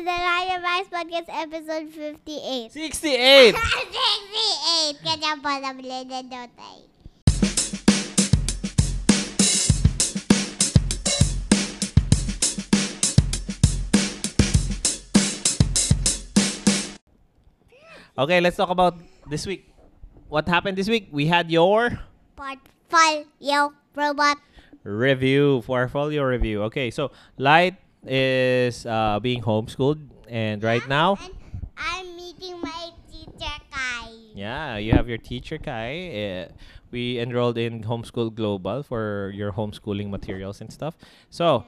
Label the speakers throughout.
Speaker 1: the Vice Podcast episode 58.
Speaker 2: 68!
Speaker 1: 68! Kanya pala blended daw tayo.
Speaker 2: Okay, let's talk about this week. What happened this week? We had your
Speaker 1: Portfolio robot.
Speaker 2: review, portfolio review. Okay, so Light is uh, being homeschooled, and right now,
Speaker 1: And I'm meeting my teacher, Kai.
Speaker 2: yeah, you have your teacher Kai. Uh, we enrolled in Homeschool Global for your homeschooling materials and stuff. So,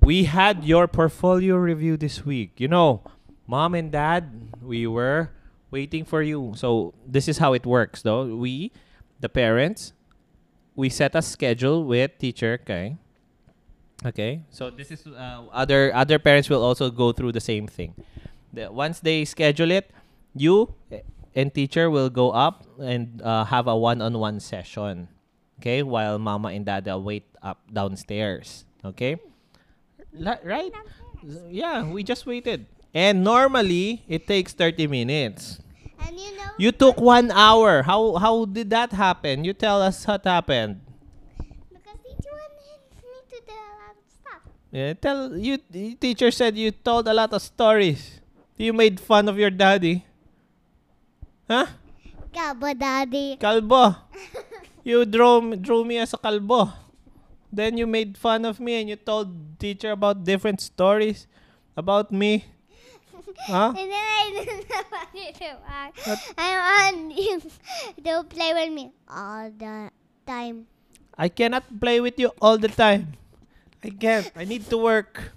Speaker 2: we had your portfolio review this week. You know, mom and dad, we were waiting for you. So, this is how it works, though. We, the parents, we set a schedule with teacher Kai. Okay, so this is uh, other other parents will also go through the same thing. The, once they schedule it, you eh, and teacher will go up and uh, have a one-on-one session. Okay, while mama and dada wait up downstairs. Okay, La- right? Yeah, we just waited, and normally it takes thirty minutes.
Speaker 1: And you know,
Speaker 2: You took one hour. How how did that happen? You tell us what happened.
Speaker 1: because teacher wanted me to do a lot of stuff.
Speaker 2: Yeah, Eh, tell you the teacher said you told a lot of stories. You made fun of your daddy. Huh?
Speaker 1: Gabo, daddy.
Speaker 2: Kalbo. you drew drew me as a kalbo. Then you made fun of me and you told teacher about different stories about me. Huh?
Speaker 1: And then I didn't know what to do. I- I want you to play with me all the time.
Speaker 2: I cannot play with you all the time. I can't. I need to work.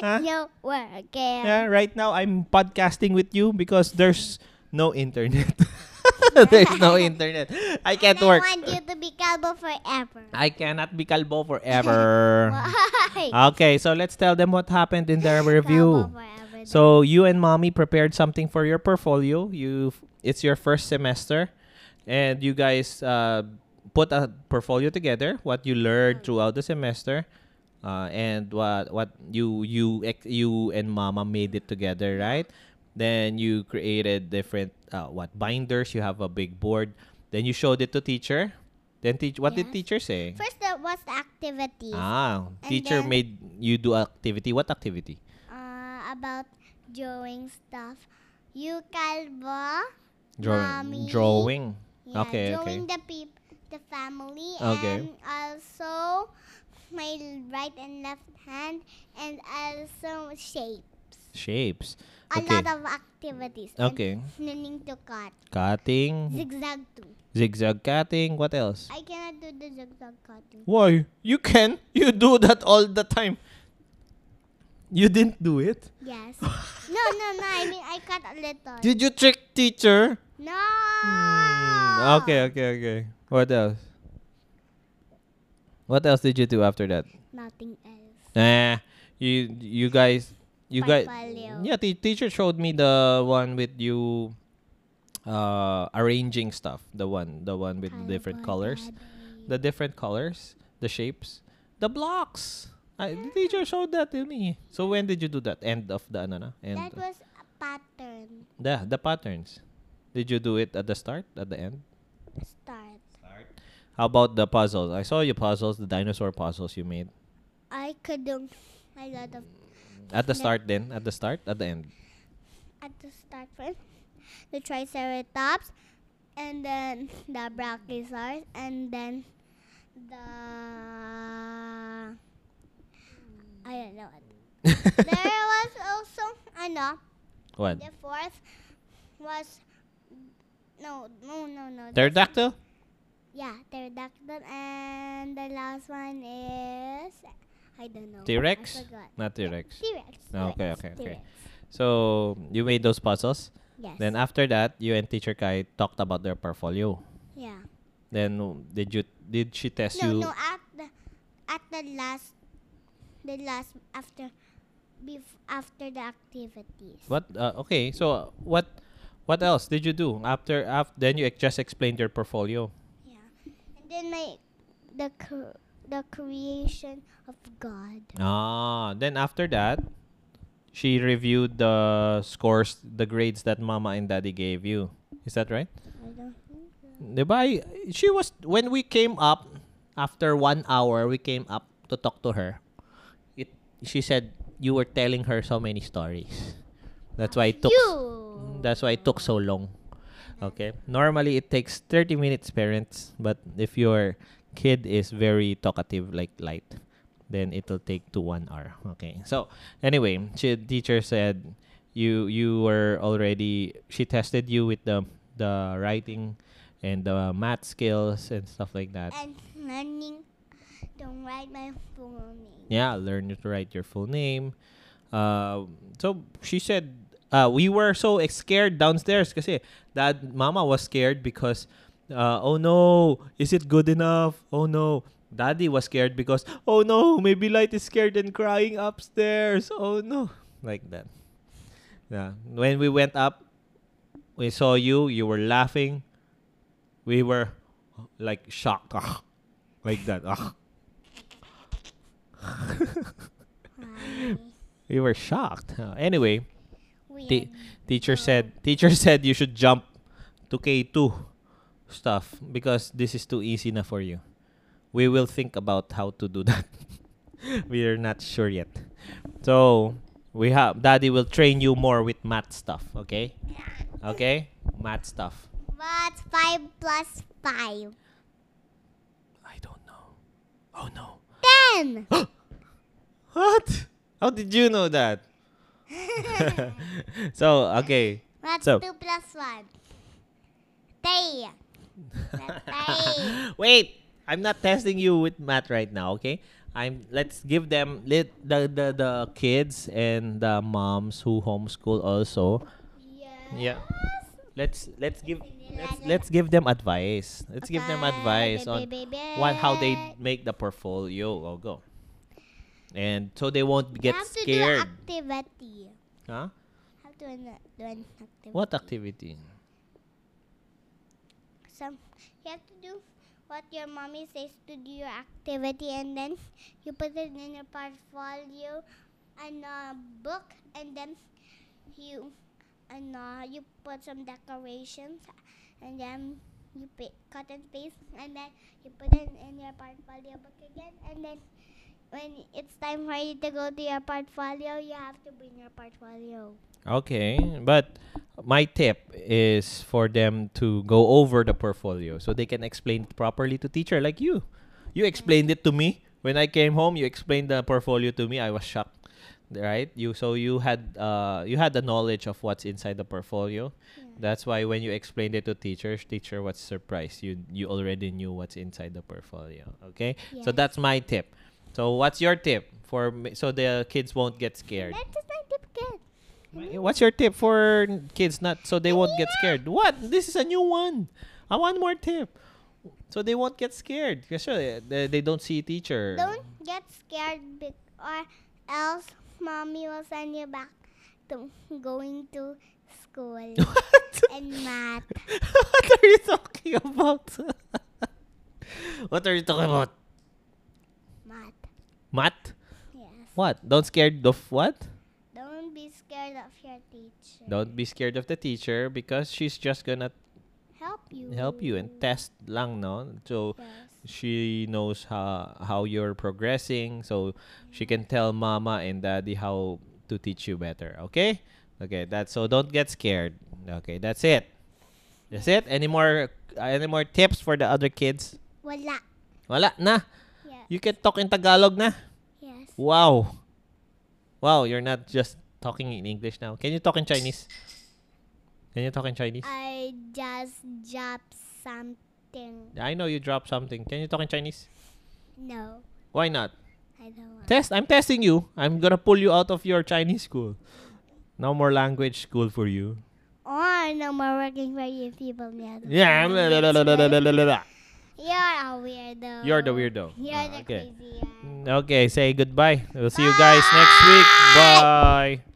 Speaker 2: Huh?
Speaker 1: No work.
Speaker 2: Yeah, right now I'm podcasting with you because there's no internet. there's no internet. I can't
Speaker 1: and
Speaker 2: work.
Speaker 1: I want you to be Calbo forever.
Speaker 2: I cannot be Calbo forever.
Speaker 1: Why?
Speaker 2: okay, so let's tell them what happened in their review.
Speaker 1: Calbo forever.
Speaker 2: So you and mommy prepared something for your portfolio. You it's your first semester, and you guys uh, put a portfolio together. What you
Speaker 1: Mm.
Speaker 2: learned throughout the semester, uh, and what what you you ex- you and mama made it together, right? Then you created different uh, what binders. You have a big board. Then you showed it to teacher. Then teach. What did
Speaker 1: Yes.
Speaker 2: teacher say?
Speaker 1: First, that was the activity
Speaker 2: Ah,
Speaker 1: And
Speaker 2: teacher
Speaker 1: then-
Speaker 2: made you do activity. What activity?
Speaker 1: uh, about drawing stuff. You, Calbo.
Speaker 2: Drawing.
Speaker 1: Mommy.
Speaker 2: Drawing.
Speaker 1: Yeah,
Speaker 2: okay, okay.
Speaker 1: drawing the peop- the family, and
Speaker 2: Okay.
Speaker 1: also my right and left hand, and also shape.
Speaker 2: Shapes.
Speaker 1: A
Speaker 2: okay.
Speaker 1: lot of activities. and
Speaker 2: okay.
Speaker 1: Learning to cut.
Speaker 2: Cutting.
Speaker 1: Zigzag too.
Speaker 2: Zigzag cutting. What else?
Speaker 1: I cannot do the zigzag cutting.
Speaker 2: Why? You can. You do that all the time. You didn't do it?
Speaker 1: Yes. no, no, no. I mean, I cut a little.
Speaker 2: Did you trick teacher?
Speaker 1: no. Ah.
Speaker 2: Hmm, Okay, okay, okay. What else? What else did you do after that?
Speaker 1: Nothing else.
Speaker 2: Nah, you you guys you guys
Speaker 1: Portfolio.
Speaker 2: yeah the teacher showed me the one with you uh arranging stuff the one the one with different colors the different colors the shapes the blocks I, the teacher showed that to me so when did you do that end of the anana and
Speaker 1: That was a pattern
Speaker 2: the the patterns did you do it at the start at the end
Speaker 1: start.
Speaker 2: how about the puzzles i saw your puzzles the dinosaur puzzles you made
Speaker 1: I could do a lot of
Speaker 2: at the start then at the start at the end
Speaker 1: at the start first the triceratops and then the brachiosaurus and then the I don't know what. there was also I know
Speaker 2: what
Speaker 1: the fourth was no no no no that's-
Speaker 2: pterodactyl
Speaker 1: yeah pterodactyl and the last one is I don't know I
Speaker 2: T-Rex?
Speaker 1: forgot
Speaker 2: Not T-Rex.
Speaker 1: T-Rex T-Rex,
Speaker 2: Okay, okay, okay.
Speaker 1: T-Rex.
Speaker 2: So you made those puzzles.
Speaker 1: yes
Speaker 2: Then after that, you and teacher Kai talked about their portfolio.
Speaker 1: yeah
Speaker 2: Then w- did you did she test
Speaker 1: No,
Speaker 2: you?
Speaker 1: no, at the at the last the last after bef- after the activities.
Speaker 2: What? Uh, okay. So uh, what what else did you do after after then you ex- just explained your portfolio?
Speaker 1: Yeah. And then my the cr- the creation of God.
Speaker 2: Ah, then after that, she reviewed the scores, the grades that mama and daddy gave you. Is that right?
Speaker 1: I don't think so.
Speaker 2: Diba? I- She was when we came up after one hour, we came up to talk to her. It, she said you were telling her so many stories. That's why it took. Mm,
Speaker 1: You.
Speaker 2: That's why it took so long. Okay. Normally it takes 30 minutes, parents. But if your kid is very talkative, like light, then it'll take to one hour. Okay. So anyway, she, teacher said you you were already. She tested you with the the writing and the math skills and stuff like that.
Speaker 1: And learning, don't write my full name.
Speaker 2: Yeah, learn to write your full name. Uh, so she said, uh, we were so ex- scared downstairs kasi dad, mama was scared because, uh, oh no, is it good enough? Oh no. Daddy was scared because, oh no, maybe Light is scared and crying upstairs. Oh no. Like that. Yeah. When we went up, we saw you, you were laughing. We were like shocked. Ah. Like that. Ah.
Speaker 1: Why?
Speaker 2: We were shocked. Uh, anyway,
Speaker 1: We
Speaker 2: Ti-
Speaker 1: are
Speaker 2: teacher
Speaker 1: Oh.
Speaker 2: said teacher said you should jump to K2 stuff because this is too easy na for you. We will think about how to do that. we are not sure yet. So, we have daddy will train you more with math stuff, okay? Okay? Math stuff.
Speaker 1: What's five plus five?
Speaker 2: I don't know. Oh no.
Speaker 1: Ten.
Speaker 2: What? How did you know that? so, okay.
Speaker 1: What's
Speaker 2: So-
Speaker 1: two plus one? Three. Three.
Speaker 2: Wait, I'm not testing you with math right now, okay? I'm let's give them let the, the the kids and the moms who homeschool also. Yeah. Let's let's give let's, let's give them advice. Let's give them
Speaker 1: Okay,
Speaker 2: advice on
Speaker 1: baby,
Speaker 2: what how they
Speaker 1: baby.
Speaker 2: make the portfolio. Oh, go. And so they won't get
Speaker 1: you have
Speaker 2: scared.
Speaker 1: to do activity.
Speaker 2: Huh?
Speaker 1: Have to do an, do an activity.
Speaker 2: What activity?
Speaker 1: Some you have to do what your mommy says to do your activity, and then you put it in your portfolio, and a book, and then you and uh, you put some decorations, and then you pa- cut and paste, and then you put it in your portfolio book again, and then. When it's time for you to go to your portfolio, you have to bring your portfolio.
Speaker 2: Okay, but my tip is for them to go over the portfolio so they can explain it properly to teacher like you. You explained it to me when I came home. You explained the portfolio to me. I was shocked, right? You so you had uh you had the knowledge of what's inside the portfolio. That's why when you explained it to teachers, teacher was surprised. You you already knew what's inside the portfolio. Okay, so
Speaker 1: Yes.
Speaker 2: that's my tip. So what's your tip for ma- so the kids won't get scared?
Speaker 1: That's just like tip kid.
Speaker 2: Wha- What's your tip for n- kids not so they won't get scared? What? This is a new one. I want more tip. So they won't get scared. Kasi eh, they, they don't see teacher.
Speaker 1: Don't get scared be- or else mommy will send you back to going to school
Speaker 2: What?
Speaker 1: and math.
Speaker 2: what are you talking about? what are you talking about?
Speaker 1: Math.
Speaker 2: Math?
Speaker 1: Yes.
Speaker 2: What? Don't scared of what?
Speaker 1: Don't be scared of your teacher.
Speaker 2: Don't be scared of the teacher because she's just gonna
Speaker 1: Help you.
Speaker 2: help you and test lang, no? So
Speaker 1: Yes.
Speaker 2: she knows how how you're progressing so she can tell mama and daddy how to teach you better okay okay that's so don't get scared okay that's it that's it any more any more tips for the other kids
Speaker 1: Wala.
Speaker 2: wala na
Speaker 1: Yes.
Speaker 2: you can talk in tagalog na
Speaker 1: yes.
Speaker 2: wow wow you're not just talking in english now can you talk in chinese can you talk in chinese
Speaker 1: I just dropped something.
Speaker 2: i know you dropped something can you talk in chinese
Speaker 1: No,
Speaker 2: why not
Speaker 1: I don't want.
Speaker 2: Test. I'm testing you. I'm gonna pull you out of your Chinese school. No more language school for you.
Speaker 1: Or no more working for you people. Neither.
Speaker 2: Yeah. la- la- la- la- la- la- la- la- la.
Speaker 1: You're a weirdo.
Speaker 2: You're the weirdo.
Speaker 1: You're the
Speaker 2: Ah, okay.
Speaker 1: crazy. guy.
Speaker 2: Okay. Say goodbye. We'll see you guys next week. Bye.